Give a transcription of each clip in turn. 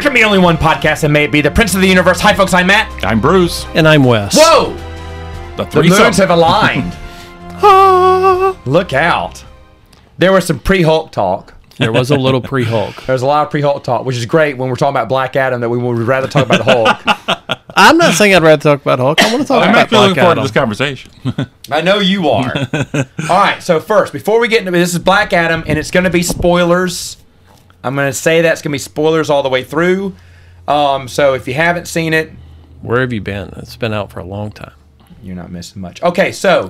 can be only one podcast, and may it be the Prince of the Universe. Hi, folks. I'm Matt. I'm Bruce. And I'm Wes. Whoa! The The threesome. moons have aligned. Ah. Look out! There was some pre-Hulk talk. There was a little pre Hulk. There's a lot of pre-Hulk talk, which is great when we're talking about Black Adam. That we would rather talk about the Hulk. I'm not saying I'd rather talk about Hulk. I want to talk I'm about actually looking forward Black to Adam. this conversation. I know you are. All right. So first, before we get into this, is Black Adam, and it's going to be spoilers. I'm going to say that's going to be spoilers all the way through. Um, so if you haven't seen it, Where have you been? It's been out for a long time. you're not missing much. Okay, so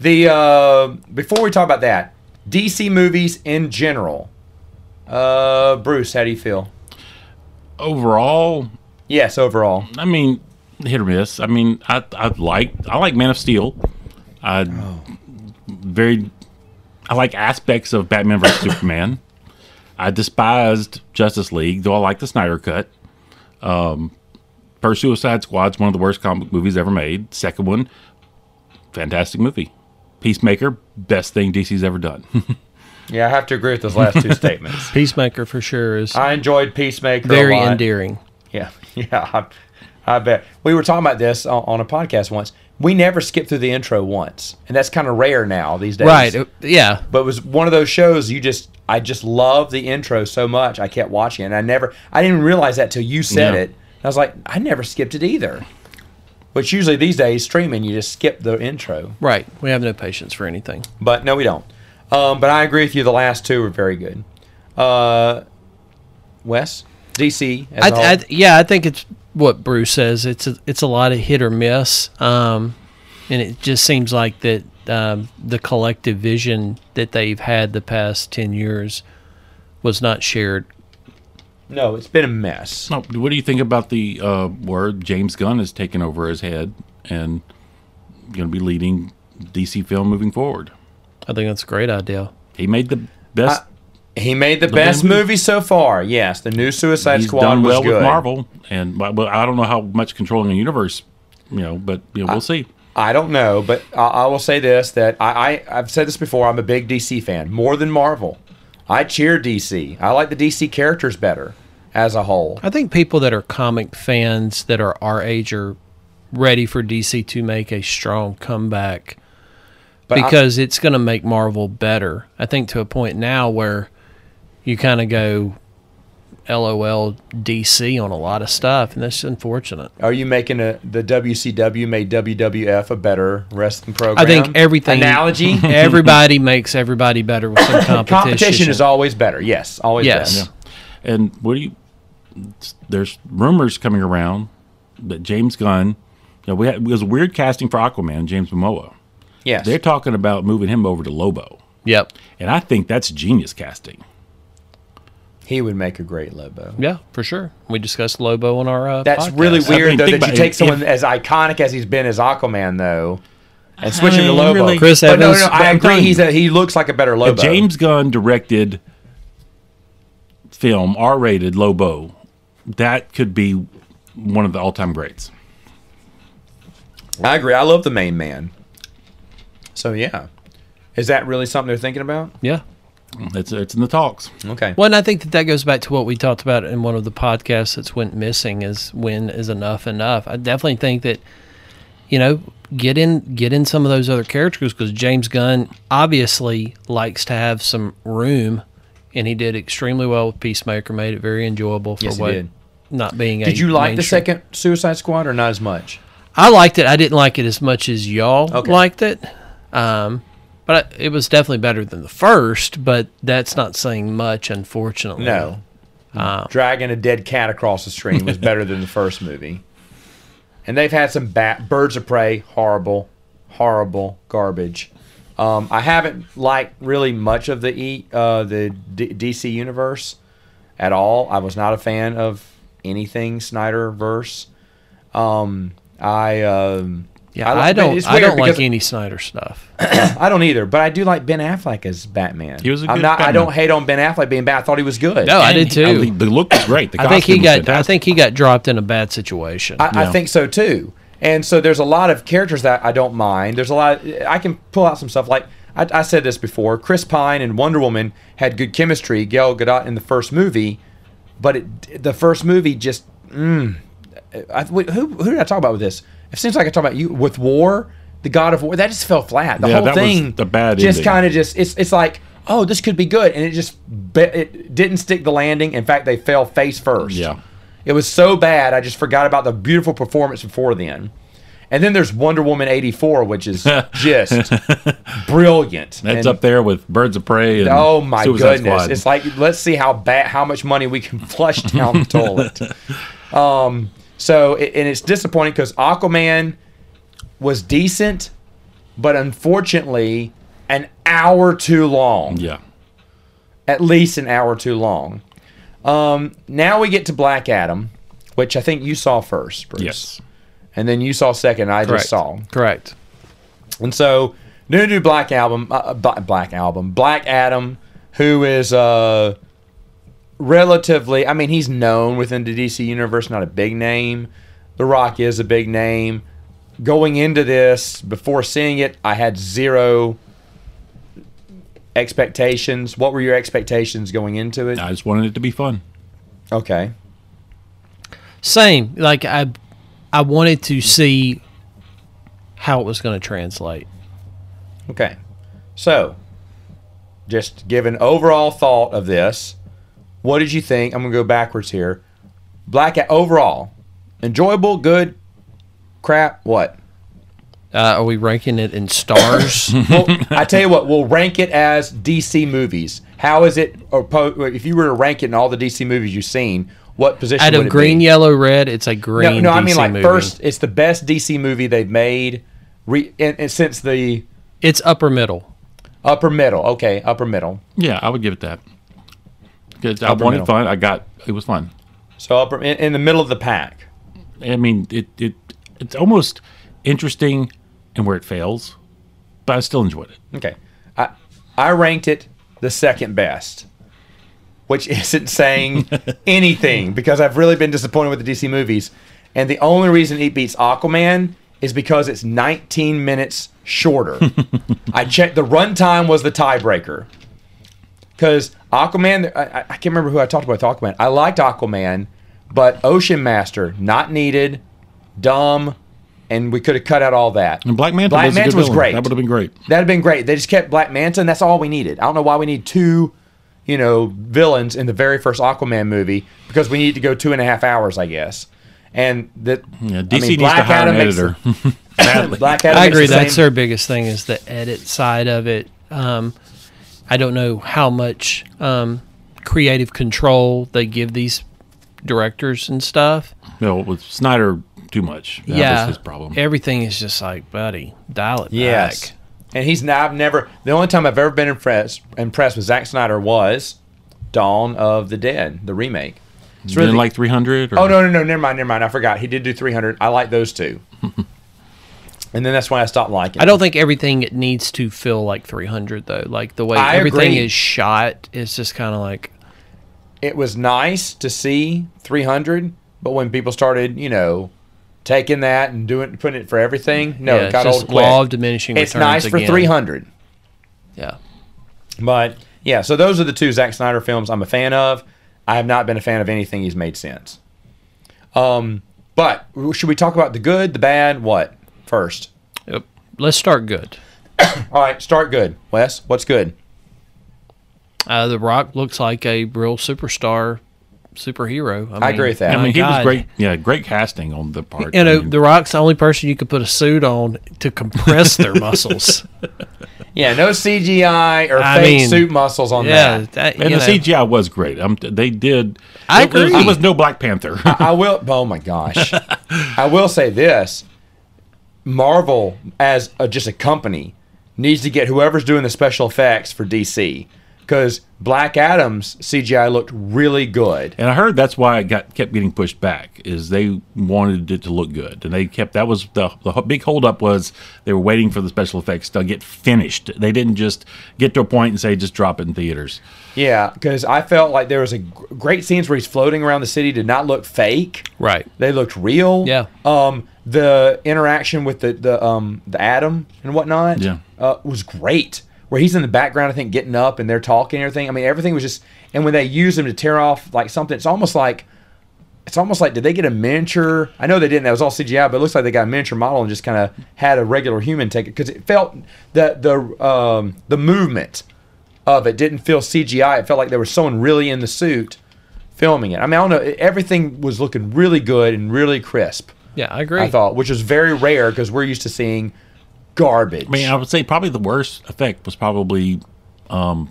the uh, before we talk about that, DC movies in general. Uh, Bruce, how do you feel? Overall, Yes, overall. I mean, hit or miss. I mean, I I like I like Man of Steel. I very I like aspects of Batman vs Superman. I despised Justice League, though I like the Snyder cut. Um, per Suicide Squad's one of the worst comic movies ever made. Second one, fantastic movie. Peacemaker, best thing DC's ever done. Yeah, I have to agree with those last two statements. Peacemaker for sure is I enjoyed Peacemaker. very a lot. endearing. Yeah, yeah, I, I bet. We were talking about this on, on a podcast once. We never skip through the intro once, and that's kind of rare now these days. Right. uh, Yeah. But it was one of those shows you just I just love the intro so much I kept watching it and I never I didn't realize that till you said Yeah. it. And I was like, I never skipped it either. Which usually these days streaming you just skip the intro. Right. We have no patience for anything. But no we don't. Um, but I agree with you the last two were very good. Uh, Wes? DC as I, a whole. I, yeah, I think it's what Bruce says. It's a, it's a lot of hit or miss, um, and it just seems like that um, the collective vision that they've had the past ten years was not shared. no, it's been a mess. Oh, what do you think about the uh, word James Gunn has taken over his head and going to be leading DC film moving forward? I think that's a great idea. He made the best. He made the, best movie. movie so far. Yes, the new Suicide he's Squad done was well good. with Marvel, and well, well, I don't know how much controlling the universe, you know, but you know, we'll see. I don't know, but I, I will say this: that I, I I've said this before. I'm a big DC fan, more than Marvel. I cheer DC. I like the DC characters better as a whole. I think people that are comic fans that are our age are ready for DC to make a strong comeback But I- because it's going to make Marvel better. I think to a point now where you kind of go LOL DC on a lot of stuff, and that's unfortunate. are you making a the WCW made WWF a better wrestling program? I think everything analogy everybody makes everybody better with some competition. competition is always better. Yes, always. Yes. Better. And what do you? There's rumors coming around that James Gunn, you know, we had, it was a weird casting for Aquaman, James Momoa. Yes. They're talking about moving him over to Lobo, Yep. and I think that's genius casting. he would make a great Lobo. Yeah, for sure. We discussed Lobo on our uh, That's podcast. really I mean, weird, though, think that you about- take if- someone as iconic as he's been as Aquaman, though, and switch him to mean, Lobo. really- Chris but no, no, Evans- no, but I I'm agree. telling He's you. a, he looks like a better Lobo. James Gunn directed film R-rated Lobo. That could be one of the all-time greats. I agree. I love the main man. So yeah, is that really something they're thinking about? Yeah. It's it's in the talks. Okay. Well, and I think that that goes back to what we talked about in one of the podcasts that's went missing is when is enough enough. I definitely think that you know get in get in some of those other characters because James Gunn obviously likes to have some room, and he did extremely well with Peacemaker, made it very enjoyable for Yes, he what did. not being. a Did you like the mainstream- second Suicide Squad or not as much? I liked it. I didn't like it as much as y'all Okay. liked it, um, but I, it was definitely better than the first. But that's not saying much, unfortunately. No. Mm-hmm. Um, Dragging a dead cat across the stream was better than the first movie. And they've had some bat Birds of Prey, horrible, horrible garbage. Um, I haven't liked really much of the e, uh, the D- DC universe at all. I was not a fan of anything Snyder verse. Um, I um, Yeah, I, li- but don't. it's I weird don't like because- any Snyder stuff. I don't either, but I do like Ben Affleck as Batman. He was a I'm good not. I Batman. don't hate on Ben Affleck being bad. I thought he was good. No, I And did he- too. the, the look was great. The I think he costume was got. I fantastic. think he got dropped in a bad situation. I, I Yeah. think so too. And so there's a lot of characters that I don't mind. There's a lot. I can pull out some stuff. Like I, I said this before, Chris Pine and Wonder Woman had good chemistry. Gail Gadot in the first movie, But it, the first movie just, mm, I, wait, who who did I talk about with this? It seems like I talked about you with War, the God of War. That just fell flat. The Yeah, whole that was thing, the bad just ending. kind of just it's it's like oh this could be good, and it just be, it didn't stick the landing. In fact, they fell face first. Yeah. it was so bad. I just forgot about the beautiful performance before then. And then there's Wonder Woman 84, which is just brilliant. And- That's up there with Birds of Prey. And Oh my Suicide goodness! Squad. It's like let's see how bad, how much money we can flush down the toilet. Um, so it, and it's disappointing because Aquaman was decent, but unfortunately, an hour too long. yeah, At least an hour too long. Um, now we get to Black Adam, which I think you saw first, Bruce. yes, And then you saw second. I Correct. just saw. Correct. And so, new new Black album, uh, uh, Bla- Black album, Black Adam, who is uh, relatively, I mean, he's known within the DC universe, not a big name. The Rock is a big name. Going into this, before seeing it, I had zero expectations. What were your expectations going into it? I just wanted it to be fun. Okay, Same. Like I, I wanted to see how it was going to translate. okay. So, just give an overall thought of this. What did you think? I'm gonna go backwards here. Black overall, enjoyable, good, crap. What? Uh, are we ranking it in stars? Well, I tell you what, we'll rank it as DC movies. How is it? Or po- if you were to rank it in all the DC movies you've seen, what position? Out would of it green, be? yellow, red, it's a green. No, no, DC I mean like movie. first. It's the best DC movie they've made, re- and, and since the It's upper middle. upper middle. Okay, upper middle. Yeah, I would give it that. 'Cause I Upper wanted middle. fun. I got it was fun. So upper in, in the middle of the pack. I mean, it, it it's almost interesting and where it fails, but I still enjoyed it. Okay. I I ranked it the second best, which isn't saying anything because I've really been disappointed with the DC movies. And the only reason it beats Aquaman is because it's 19 minutes shorter. I checked the runtime was the tiebreaker. Because Aquaman, I, I- I can't remember who I talked about with Aquaman. I liked Aquaman, but Ocean Master, not needed, dumb, and we could have cut out all that. And Black Manta Black was, a Manta good was villain. great. That would have been great. That'd have been great. They just kept Black Manta, and that's all we needed. I don't know why we need two, you know, villains in the very first Aquaman movie because we need to go two and a half hours, I guess. And that Yeah, I DC mean, needs to hire an makes- editor. Badly. Black Adam. I makes agree. the That's same- their biggest thing is the edit side of it. Um, I don't know how much um, creative control they give these directors and stuff. No, with Snyder, too much. That yeah, was his problem. Everything is just like, buddy, dial it yes. back. And he's not. I've never. The only time I've ever been impressed impressed with Zack Snyder was Dawn of the Dead, the remake. It's Didn't really like 300. Or, Oh no, no, no. Never mind. Never mind. I forgot. He did do 300. I like those two. and then that's why I stopped liking. I don't think everything it needs to feel like 300 though. Like the way I everything agree. is shot is just kind of like it was nice to see 300, but when people started, you know, taking that and doing putting it for everything, no, yeah, it it's got just old quick. law of diminishing it's returns nice for again. 300, Yeah. but yeah. So those are the two Zack Snyder films I'm a fan of. I have not been a fan of anything he's made since. Um, but should we talk about the good, the bad, what first? Yep. Let's start good. All right, start good. Wes, what's good? Uh, the Rock looks like a real superstar superhero. I, mean, I agree with that. I Oh, my mean, he was God. great. Yeah, great casting on the part. You I know, mean, The Rock's the only person you could put a suit on to compress their muscles. Yeah, no CGI or I fake mean, suit muscles on yeah, that. that, you and the know, CGI was great. Um, they did. I it was- agree. It was no Black Panther. I will. Oh my gosh! I will say this: Marvel, as a, just a company, needs to get whoever's doing the special effects for DC because Black Adam's CGI looked really good. And I heard that's why it got kept getting pushed back is they wanted it to look good, and they kept that was the the ho- big holdup was they were waiting for the special effects to get finished. They didn't just get to a point and say just drop it in theaters. Yeah, because I felt like there was a gr- great scenes where he's floating around the city did not look fake. Right. They looked real. Yeah. Um, the interaction with the the um the Atom and whatnot. Yeah. Uh, was great. where he's in the background, I think, getting up and they're talking and everything. I mean, everything was just. And when they use him to tear off like something, it's almost like. It's almost like did they get a miniature? I know they didn't. That was all CGI, but it looks like they got a miniature model and just kind of had a regular human take it because it felt that the um, the movement of it didn't feel CGI. It felt like there was someone really in the suit filming it. I mean, I don't know. Everything was looking really good and really crisp. Yeah, I agree. I thought, which is very rare because we're used to seeing garbage. I mean, I would say probably the worst effect was probably the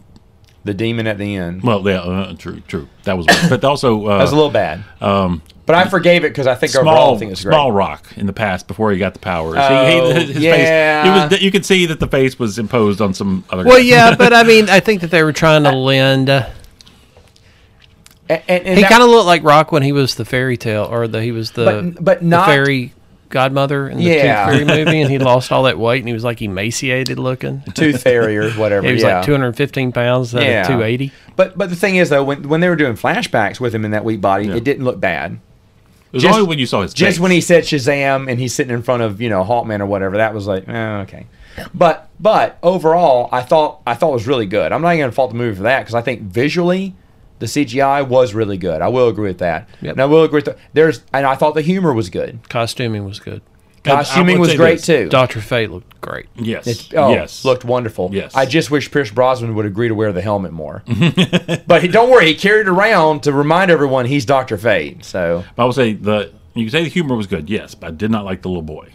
demon at the end. well, yeah, uh, true, true. That was, but also uh, That was a little bad. Um, but I forgave it because I think overall I small, think it's great. small rock in the past before he got the powers. Oh, he, he, his yeah. face, it was, you could see that the face was imposed on some other. Well, guy. yeah, but I mean, I think that they were trying to lend. uh, And, and, and He that- kind of looked like Rock when he was the fairy tale, or the he was the But- but the not- fairy godmother in the Yeah. Tooth Fairy movie, and he lost all that weight and he was like emaciated looking. tooth fairy or whatever. He was yeah. like 215 pounds out Yeah. of 280. But but the thing is though, when when they were doing flashbacks with him in that weak body, it didn't look bad. it was just- only when you saw his Just face. when he said Shazam and he's sitting in front of you know Hawkman or whatever, that was like eh, okay. But but overall, I thought I thought it was really good. I'm not even gonna fault the movie for that because I think visually. The CGI was really good. I will agree with that. Yep. And I will agree with the, there's and I thought the humor was good. Costuming was good. And I would Costuming was say great this. too. Doctor Fate looked great. Yes, It's, oh, yes, looked wonderful. Yes. I just wish Pierce Brosnan would agree to wear the helmet more. but he, don't worry, he carried it around to remind everyone he's Doctor Fate. So But I would say the you could say the humor was good. Yes, but I did not like the little boy.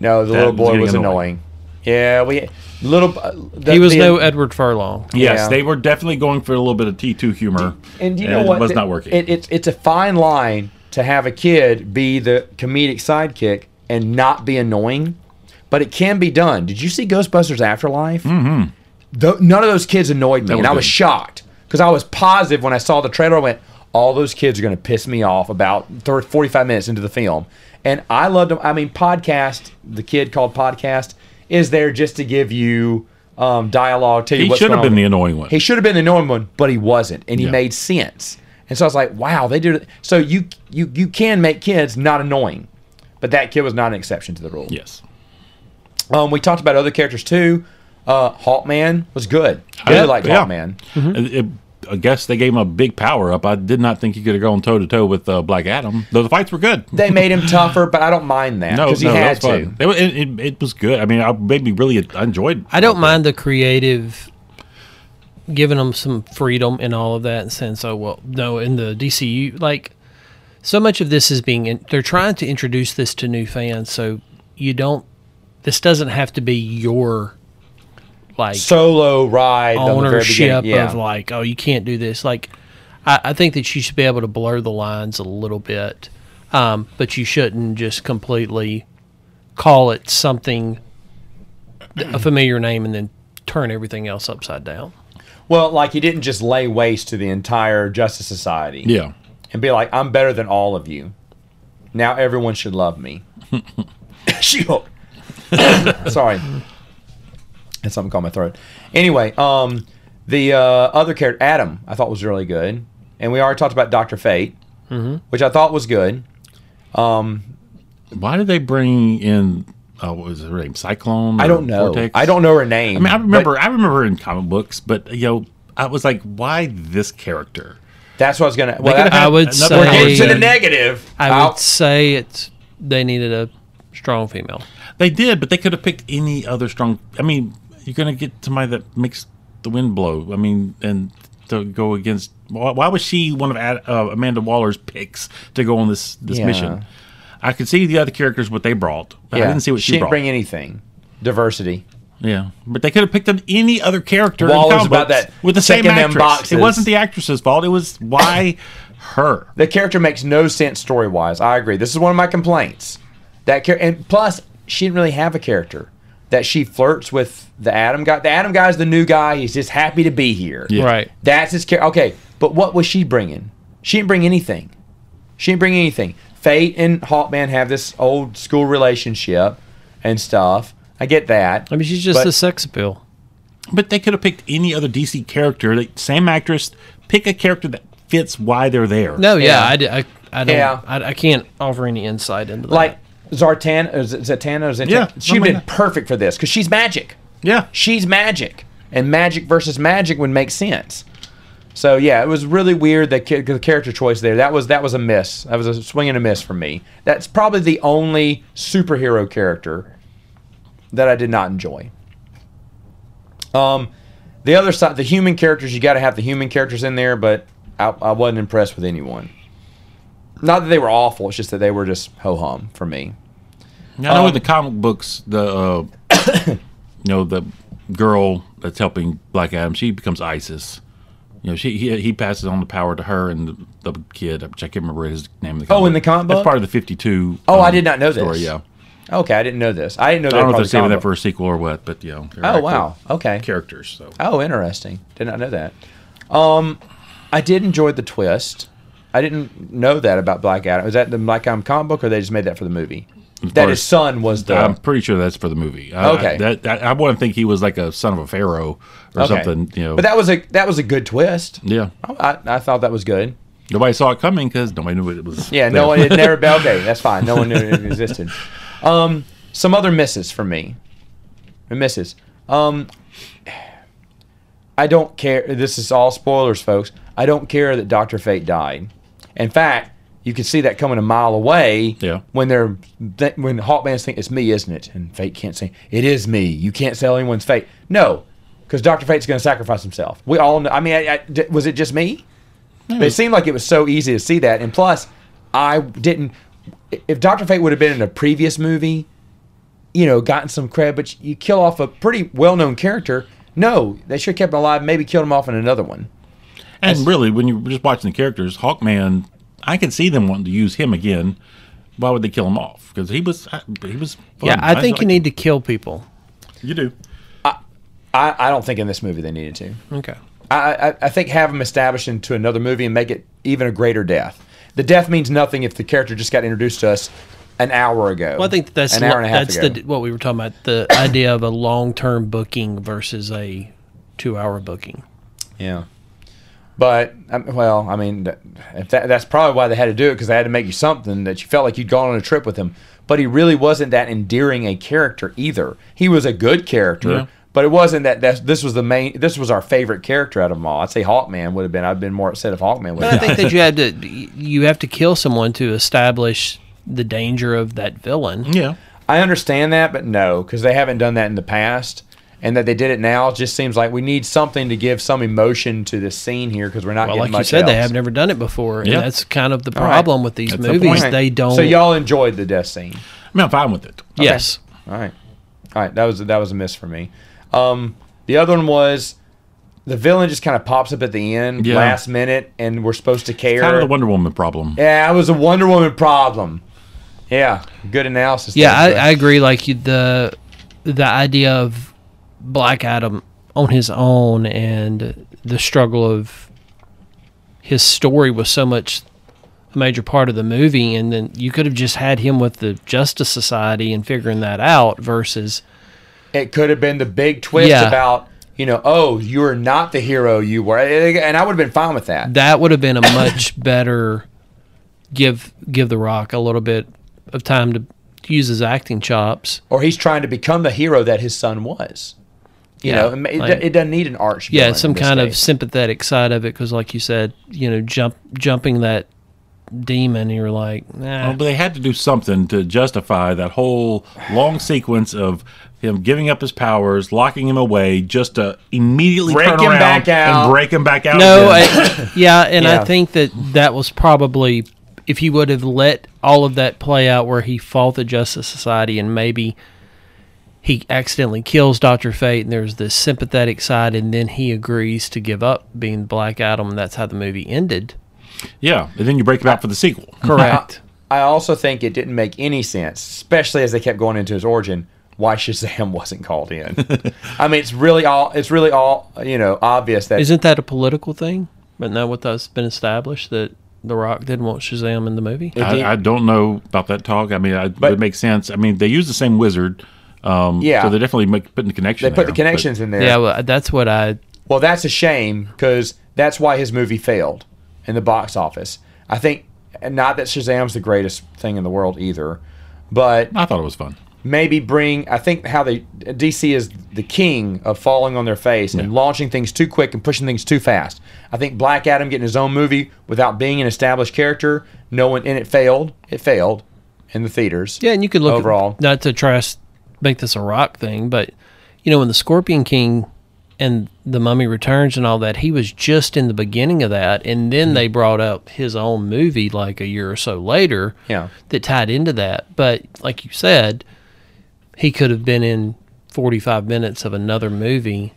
no, the That little was boy getting was annoying. annoying. Yeah, we little. uh, the- He was the- no Edward Furlong. Yes, Yeah. they were definitely going for a little bit of T two humor, And you know what? it was The- not working. It, it's it's a fine line to have a kid be the comedic sidekick and not be annoying, but it can be done. Did you see Ghostbusters Afterlife? Mm-hmm. none of those kids annoyed me, That and was I was good. shocked because I was positive when I saw the trailer. I went, "All those kids are going to piss me off." About 30, 45 minutes into the film, and I loved them. I mean, podcast. The kid called podcast is there just to give you. Um, dialogue. Tell you he what's should going on have been with- the annoying one. he should have been the normal one, but he wasn't, and he Yeah. made sense. And so I was like, wow, they did. it. So you you you can make kids not annoying, but that kid was not an exception to the rule. yes, Um, we talked about other characters too. Uh, Hawkman was good. I really liked yeah. Hawkman. It- it- I guess they gave him a big power up. I did not think he could have gone toe to toe with uh, Black Adam. Though the fights were good. They made him tougher, but I don't mind that No, because no, he that had was to. fun. It, wa- it, it, it was good. I mean, I made me really I enjoyed. I don't mind the creative giving them some freedom and all of that and saying so well no in the DCU like so much of this is being in, they're trying to introduce this to new fans so you don't this doesn't have to be your like Solo ride on the very ownership beginning. Yeah. of like oh you can't do this like I, I think that you should be able to blur the lines a little bit um, but you shouldn't just completely call it something a familiar name and then turn everything else upside down well, like he didn't just lay waste to the entire Justice Society. Yeah, and be like, I'm better than all of you. Now everyone should love me. she Sorry. That's something caught my throat. Anyway, um, the uh, other character, Adam, I thought was really good. And we already talked about Dr. Fate, which I thought was good. why did they bring in uh, what was her name? Cyclone. I or don't know. Vortex? I don't know her name. I mean, I remember, I remember her in comic books, but you know, I was like, why this character? That's what I was going to. Well, that, have- i would another we're getting say to the negative. i I'll- would say it's they needed a strong female They did, but they could have picked any other strong. I mean, you're gonna get somebody that makes the wind blow. I mean, and to go against. Why, why was she one of Ad, uh, Amanda Waller's picks to go on this this Yeah. mission? I could see the other characters what they brought, but yeah. I didn't see what she, didn't brought. bring anything. Diversity. yeah, but they could have picked up any other character. in Waller's comic about books that with the same checking them actress. boxes. It wasn't the actress's fault. It was why her. The character makes no sense story wise. I agree. This is one of my complaints. That char- and plus she didn't really have a character. That she flirts with the Adam guy. The Adam guy's the new guy. He's just happy to be here. Yeah. right That's his character. Okay, but what was she bringing? She didn't bring anything. She didn't bring anything. Fate and Hawkman have this old school relationship and stuff. I get that. i mean she's just But- a sex appeal But they could have picked any other DC character, like, same actress. Pick a character that fits why they're there. no yeah, Yeah. I d- I, I don't Yeah. I, I can't offer any insight into that like Zartan, uh, Z- Zatanna, Zatanna. Yeah, she'd I mean- been perfect for this because she's magic. Yeah. She's magic, and magic versus magic would make sense. So yeah, it was really weird that ki- the character choice there. That was that was a miss. That was a swing and a miss for me. That's probably the only superhero character that I did not enjoy. Um, the other side, the human characters, you got to have the human characters in there, but I, I wasn't impressed with anyone. Not that they were awful; it's just that they were just ho hum for me. I know Um, in the comic books, the uh, you know the girl that's helping Black Adam, she becomes ISIS. You know, she he, he passes on the power to her and the, the kid. which I can't remember his name. In the Oh, in the comic book? that's part of the fifty-two. Oh, I um, did not know this. Story, yeah, Okay, I didn't know this. I didn't know. I don't know if they're they saving were that for a sequel or what, but you know, they're Oh actual wow. Okay. characters. So Oh, interesting. Did not know that. Um, I did enjoy the twist. I didn't know that about Black Adam. Was that the Black Adam comic book, or they just made that for the movie? That far his as- son was the. I'm pretty sure that's for the movie. I- Okay. I, that, I, I want to think he was like a son of a pharaoh or okay. something. You know, Mm. But that was a that was a good twist. yeah, I, I, I thought that was good. nobody saw it coming because nobody knew it was. Yeah, there. no one had never bell okay, That's fine. No one knew it existed. Um, some other misses for me. Misses. Um, I don't care. This is all spoilers, folks. I don't care that Doctor Fate died. In fact, you can see that coming a mile away. Yeah. When they're th- when Hawkman's thinking it's me, isn't it? And Fate can't say it is me. You can't sell anyone's fate. No, because Doctor Fate's going to sacrifice himself. We all know. I mean, I, I d was it just me? But it seemed like it was so easy to see that. And plus, I didn't. If Doctor Fate would have been in a previous movie, you know, gotten some credit, but you kill off a pretty well-known character. No, they should have kept him alive. Maybe killed him off in another one. And really, when you're just watching the characters, Hawkman, I can see them wanting to use him again. Why would they kill him off? Because he was, I- he was. Fun. Yeah, um, I think you like need to kill people. him. You do. I, I don't think in this movie they needed to. Okay. I, I, I think have him established into another movie and make it even a greater death. The death means nothing if the character just got introduced to us an hour ago. Well, I think that that's an hour and a half that's ago. the what we were talking about the idea of a long term booking versus a two hour booking. Yeah. But um, well, I mean, that, if that, that's probably why they had to do it because they had to make you something that you felt like you'd gone on a trip with him. But he really wasn't that endearing a character either. He was a good character, Yeah. but it wasn't that. That's, this was the main. This was our favorite character out of them all. I'd say Hawkman would have been. I'd been more upset if Hawkman would. But I have died. think that you have to you have to kill someone to establish the danger of that Mm-hmm. villain. Yeah. I understand that, but no, because they haven't done that in the past, and that they did it now just seems like we need something to give some emotion to this scene here because we're not Well, getting like much you said, else. they have never done it before, Yeah. and that's kind of the right. problem with these That's the movies. point. They don't. So y'all enjoyed the death scene. I mean, I'm fine with it. yes, All right, all right. That was that was a miss for me. Um, the other one was the villain just kind of pops up at the end, Yeah. last minute, and we're supposed to care. Kind of the Wonder Woman problem. yeah, it was a Wonder Woman problem. Yeah, good analysis. yeah, I, there, Brett. I agree. Like you, the the idea of Black Adam on his own and the struggle of his story was so much a major part of the movie, and then you could have just had him with the Justice Society and figuring that out versus it could have been the big twist Yeah. about you know, oh, you're not the hero you were, eh, and I would have been fine with that. that would have been a much better give give the Rock a little bit of time to use his acting chops. Or he's trying to become the hero that his son was. You Yeah, know, it, ma- it, like- do- it doesn't need an arch. yeah villain in some this kind of case. sympathetic side of it because like you said you know jump jumping that demon you're like nah Oh, but they had to do something to justify that whole long sequence of him giving up his powers, locking him away, just to immediately Break turn him around back out. and break him back out. no again. I, yeah and Yeah. i think that that was probably if he would have let all of that play out where he fought the justice society and maybe he accidentally kills Dr. Fate, and there's this sympathetic side, and then he agrees to give up being Black Adam, and that's how the movie ended. yeah, and then you break him out for the sequel. Correct. I also think it didn't make any sense, especially as they kept going into his origin, why Shazam wasn't called in. I mean, it's really all it's really all you know obvious that Isn't that a political thing? But not what that's been established that The Rock didn't want Shazam in the movie. did- I, I don't know about that talk. I mean, I, it makes sense. I mean, they use the same wizard. Um, Yeah. So they're definitely make, putting the connection. they put the there, but- connections in there. yeah, well, that's what I. Well, that's a shame because that's why his movie failed in the box office. I think, and not that Shazam's the greatest thing in the world either, but I thought it was fun. maybe bring. I think how they DC is the king of falling on their face and launching things too quick and pushing things too fast. I think Black Adam getting his own movie without being an established character, no one, and it failed. It failed in the theaters. Yeah, and you could look at- Overall. not to try to make this a rock thing, but you know when the Scorpion King and the Mummy Returns and all that, he was just in the beginning of that, and Mm-hmm. then they brought up his own movie like a year or so later. Yeah. that tied into that. But like you said, he could have been in forty-five minutes of another movie.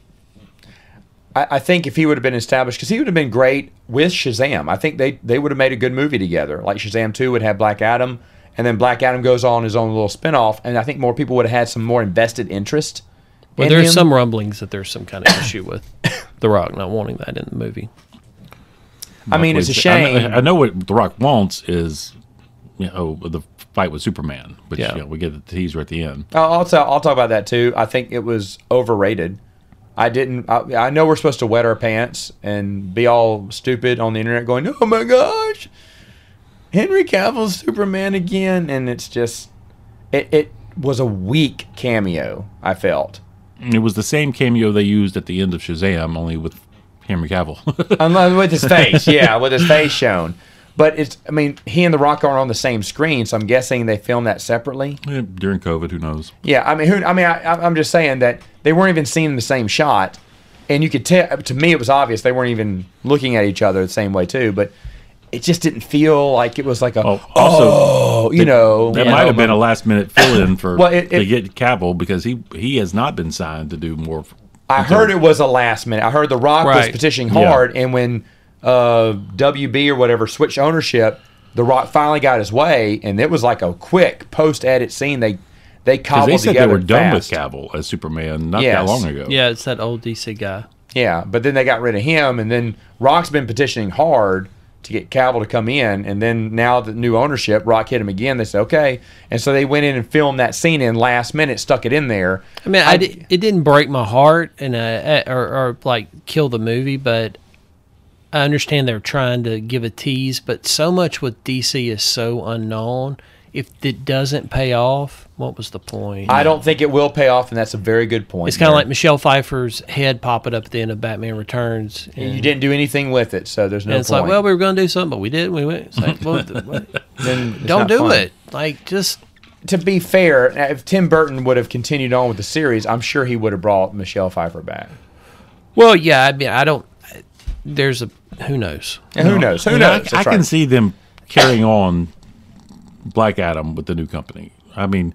I, I think if he would have been established, because he would have been great with Shazam. I think they they would have made a good movie together. Like Shazam Two would have Black Adam, and then Black Adam goes on his own little spinoff, and I think more people would have had some more invested interest. But in there's him. some rumblings that there's some kind of issue with The Rock not wanting that in the movie. I mean, it's a I know, shame. I know what The Rock wants is, you know, the fight with Superman, which Yeah. you know, we get the teaser at the end. I'll, I'll, tell, I'll talk about that too. I think it was overrated. I didn't. I, I know we're supposed to wet our pants and be all stupid on the internet, going, "Oh my gosh, Henry Cavill's Superman again," and it's just, it, it was a weak cameo. I felt, It was the same cameo they used at the end of Shazam, only with Henry Cavill. unless uh, with his face, yeah, with his face shown. But it's, I mean, he and The Rock are on the same screen, so I'm guessing they filmed that separately. During COVID, who knows? Yeah, I mean, who? I mean, I, I'm- I'm just saying that they weren't even seeing the same shot, and you could tell. To me, it was obvious they weren't even looking at each other the same way too. But it just didn't feel like it was like a Oh, oh, also, you know, That you might know, have been a last minute fill in for Well, it- to it- get Cavill because he he has not been signed to do more. I heard it was a last minute. I heard The Rock was Right. petitioning Yeah. hard, and when uh, WB or whatever switched ownership, The Rock finally got his way, and it was like a quick post edit scene. They they because cobbled they said they together were done with fast. Cavill as Superman not that Yes. long ago. Yeah, it's that old DC guy. Yeah, but then they got rid of him, and then Rock's been petitioning hard to get Cavill to come in, and then now the new ownership, Rock hit him again. They said okay, and so they went in and filmed that scene in last minute, stuck it in there. I mean, I, di- it didn't break my heart and uh, or, or like kill the movie, but I understand they're trying to give a tease. But so much with DC is so unknown. If it doesn't pay off, what was the point? I don't think it will pay off, and that's a very good point. it's kind of there. like Michelle Pfeiffer's head popping up at the end of Batman Returns. And, you didn't do anything with it, so there's no and it's point. like, well, we were going to do something, but we didn't. We went. It's like, well, th- what- Then it's don't not do fun. it. Like, just To be fair, if Tim Burton would have continued on with the series, I'm sure he would have brought Michelle Pfeiffer back. well, yeah. I mean, I don't. There's a who knows. And who knows? Who You know, I- knows? That's I, can right. see them carrying on Black Adam with the new company. I mean,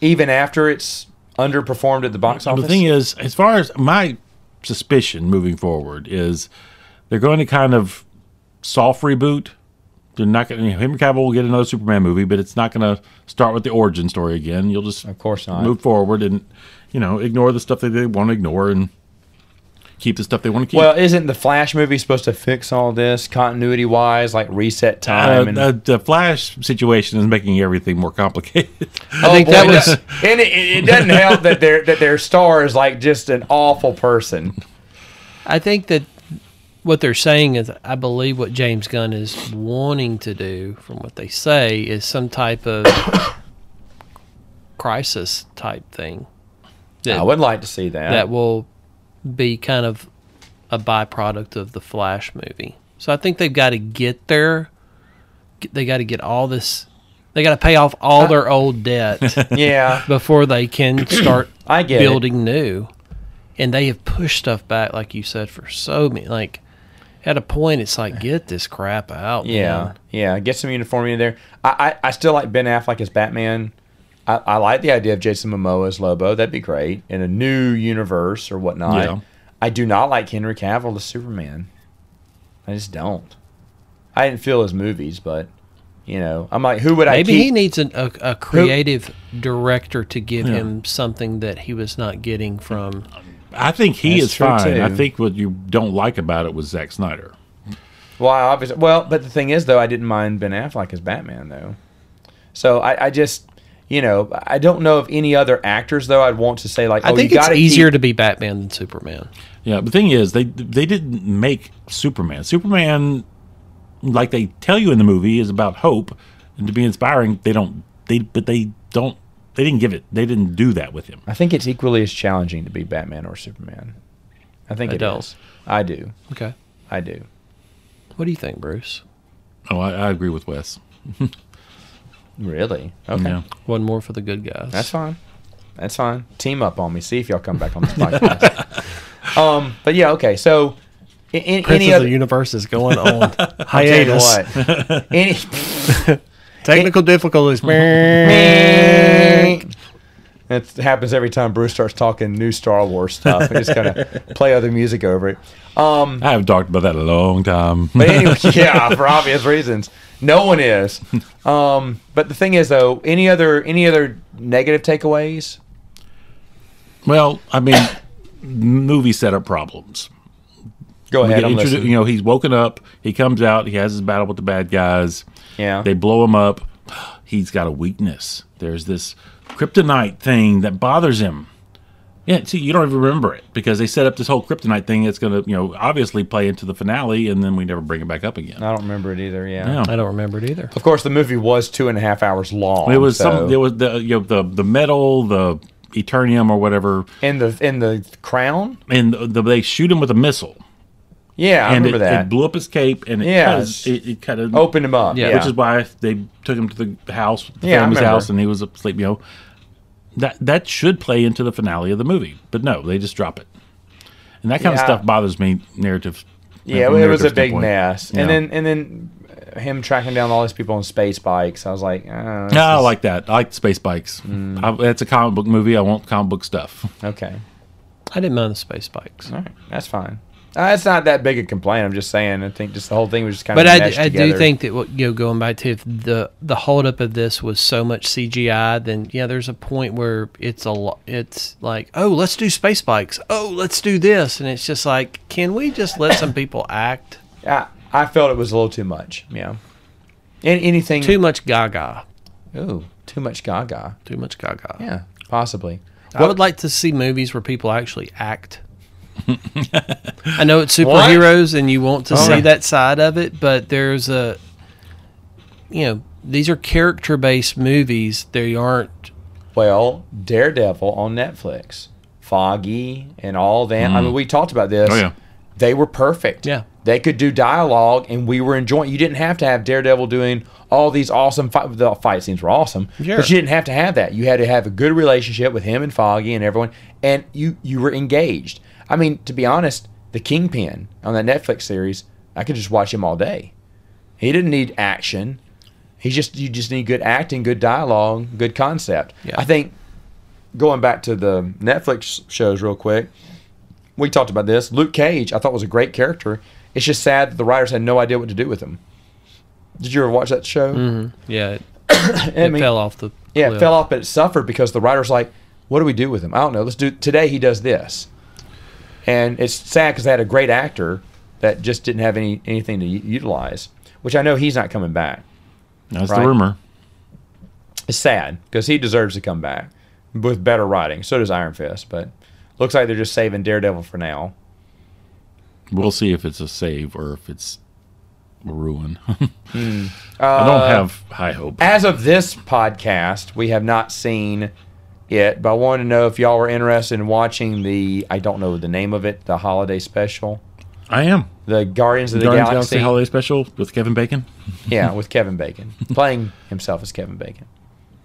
even after it's underperformed at the box office. the thing is, as far as my suspicion moving forward is, they're going to kind of soft reboot. They're not going. to Henry Cavill will get another Superman movie, but it's not going to start with the origin story again. You'll just, Of course not. move forward and you know ignore the stuff that they want to ignore and keep the stuff they want to keep. Well, isn't the Flash movie supposed to fix all this continuity wise, like reset uh, time? and, the, the Flash situation is making everything more complicated. Oh, I think that was. and it, it doesn't help that their that their star is like just an awful person. I think that what they're saying is, I believe what James Gunn is wanting to do, from what they say, is some type of crisis type thing I that, would like to see that. that will be kind of a byproduct of the Flash movie. So I think they've got to get there. Get- They got to get all this. They got to pay off all their old debt yeah, before they can start I get it. building new and they have pushed stuff back like you said for so many like at a point it's like get this crap out Yeah, man. yeah. Get some uniformity in there. I, I, I still like Ben Affleck as Batman. I, I like the idea of Jason Momoa as Lobo. That'd be great in a new universe or whatnot. Yeah. I do not like Henry Cavill as Superman. I just don't. I didn't feel his movies, but you know, I'm like, who would I maybe keep? he needs an, a, a creative director to give him something that he was not getting from I think he That's is true, fine. I too. think what you don't like about it was Zack Snyder. Well, I obviously, well, but the thing is, though, I didn't mind Ben Affleck as Batman, though. So I, I just, you know, I don't know of any other actors, though. I'd want to say like, i oh, think you it's gotta easier keep- to be batman than superman Yeah, the thing is, they they didn't make Superman. Superman, like they tell you in the movie, is about hope and to be inspiring. They don't they but they don't they didn't give it. They didn't do that with him. I think it's equally as challenging to be Batman or Superman. I think I it don't. is. I do. Okay. I do. What do you think, Bruce? Oh, I, I agree with Wes. Really? Okay. Yeah. One more for the good guys. That's fine. That's fine. Team up on me. See if y'all come back on this podcast. um, but yeah, okay. So, a- a- Prince any of the other Universe is going on I'll tell you hiatus. what. any Technical difficulties. It happens every time Bruce starts talking new Star Wars stuff. We just kind of play other music over it. Um, I haven't talked about that in a long time. but anyway, yeah, for obvious reasons, no one is. Um, but the thing is, though, any other any other negative takeaways? well, I mean, movie setup problems. Go We ahead. get I'm introdu- listening. you know, he's woken up. He comes out. He has his battle with the bad guys. Yeah. They blow him up. He's got a weakness. There's this kryptonite thing that bothers him. Yeah, see, you don't even remember it because they set up this whole kryptonite thing that's going to, you know, obviously play into the finale, and then we never bring it back up again. I don't remember it either. Yeah. Yeah. I don't remember it either. Of course, the movie was two and a half hours long. It was so- some. It was the you know the the metal, the eternium or whatever, in the in the crown. and the, they shoot him with a missile. Yeah, I and remember it, that. Oh, it blew up his cape, and it Yeah. cut his, it, it cut his, Opened him up. Yeah. Yeah, which is why they took him to the house, the Yeah, I family's remember. house, and he was asleep. You know, that that should play into the finale of the movie, but no, they just drop it, and that kind Yeah. of stuff bothers me. Narrative, yeah, from it was a narrative big standpoint. mess. Yeah. And then and then uh, him tracking down all these people on space bikes. I was like, uh, this No, I is- like that. I like space bikes. Mm. I, it's a comic book movie. I want comic book stuff. okay, I didn't mind the space bikes. all right, that's fine. Uh, it's not that big a complaint. I'm just saying. I think just the whole thing was just kind But of. I, meshed d- I do together. think that what you know, going back to if the the holdup of this was so much CGI, then yeah, there's a point where it's a lo- it's like oh let's do space bikes, oh let's do this, and it's just like can we just let some people act? I, I felt it was a little too much. Yeah, An anything Too much Gaga, Ooh, too much Gaga. too much Gaga. Yeah, possibly. I would like to see movies where people actually act. I know it's superheroes and you want to see right. that side of it, but there's a, you know, these are character based movies. They aren't. Well, Daredevil on Netflix, Foggy, and all that. I mean, we talked about this. Oh, yeah. They were perfect. Mm. Yeah. They could do dialogue, and we were enjoying. You didn't have to have Daredevil doing all these awesome fight. The fight scenes were awesome, Sure. but you didn't have to have that. You had to have a good relationship with him and Foggy and everyone, and you you were engaged. I mean, to be honest, the Kingpin on that Netflix series, I could just watch him all day. He didn't need action. He just you just need good acting, good dialogue, good concept. Yeah. I think going back to the Netflix shows real quick, we talked about this. Luke Cage, I thought was a great character. It's just sad that the writers had no idea what to do with him. Did you ever watch that show? Yeah, it, I it mean, fell off the. yeah, cliff. it fell off, but it suffered because the writers like, what do we do with him? I don't know. Let's do today. He does this, and it's sad because they had a great actor that just didn't have any anything to u- utilize. Which I know he's not coming back. That's Right. the rumor. It's sad because he deserves to come back with better writing. So does Iron Fist, but looks like they're just saving Daredevil for now. We'll see if it's a save or if it's a ruin. I Uh, don't have high hope. As of this podcast, we have not seen it, but I wanted to know if y'all were interested in watching the I don't know the name of it, the holiday special, I am. the Guardians of the Guardians of Galaxy. the Galaxy Holiday Special with Kevin Bacon. yeah, with Kevin Bacon playing himself as Kevin Bacon.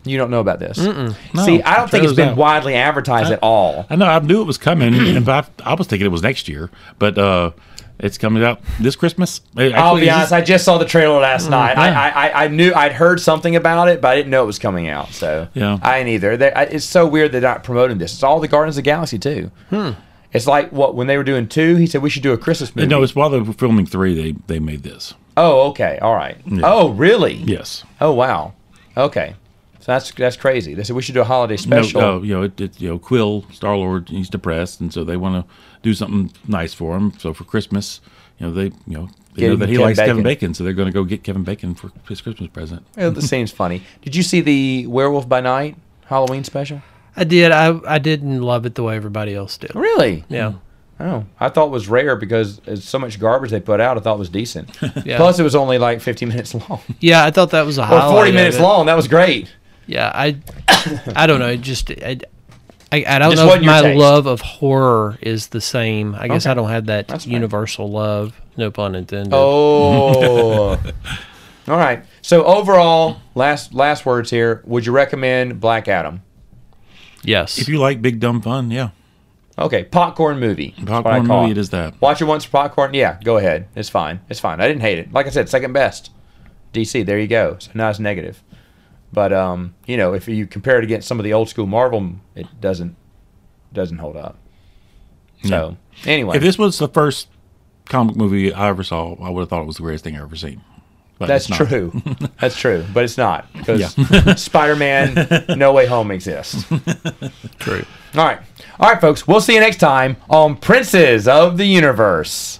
You don't know about this. No, See, I don't think it's trailer's been out. widely advertised at all. I know. I knew it was coming, and I, I was thinking it was next year, but uh, it's coming out this Christmas. It I'll actually be is- honest. Oh, I just saw the trailer last night. I, yeah. I, I- I knew I'd heard something about it, but I didn't know it was coming out. So Yeah. I ain't either. They, I, it's so weird they're not promoting this. It's all the Guardians of the Galaxy too. Hmm. It's like what when they were doing two, he said we should do a Christmas movie. no, it's while they were filming three. They they made this. oh, okay, all right. Oh, really? Yes. Oh, wow. Okay, so that's that's crazy. They said we should do a holiday No, special. uh, you know, it, it, you know, Quill Star Lord. He's depressed, and so they want to do something nice for him. So for Christmas, you know, they you know they Get know him that he Kevin likes Kevin Bacon. Bacon, so they're going to go get Kevin Bacon for his Christmas present. Yeah, that seems funny. Did you see the Werewolf by Night Halloween special? I did. I I didn't love it the way everybody else did. Really? Yeah. Oh, I thought it was rare because it's so much garbage they put out. I thought it was decent. Yeah. Plus, it was only like 50 minutes long. Yeah, I thought that was a Or highlight. 40 of minutes it. long. That was great. Yeah, I, I don't know. it Just I, I, I don't Just know if wasn't your my taste. love of horror is the same. I guess I don't have that That's fine. universal love. No pun intended. Oh. All right. So overall, last last words here. Would you recommend Black Adam? yes. If you like big dumb fun, yeah, Okay, popcorn movie. That's what I popcorn call movie it is that. Watch it once for popcorn. Yeah, go ahead. It's fine. It's fine. I didn't hate it. Like I said, second best. DC. There you go. So now it's negative. But um, you know, if you compare it against some of the old school Marvel, it doesn't doesn't hold up. So anyway, If this was the first comic movie I ever saw, I would have thought it was the greatest thing I ever seen. But that's it's not. true. That's true. But it's not because Spider-Man: No Way Home exists. True. All right. All right, folks. We'll see you next time on Princes of the Universe.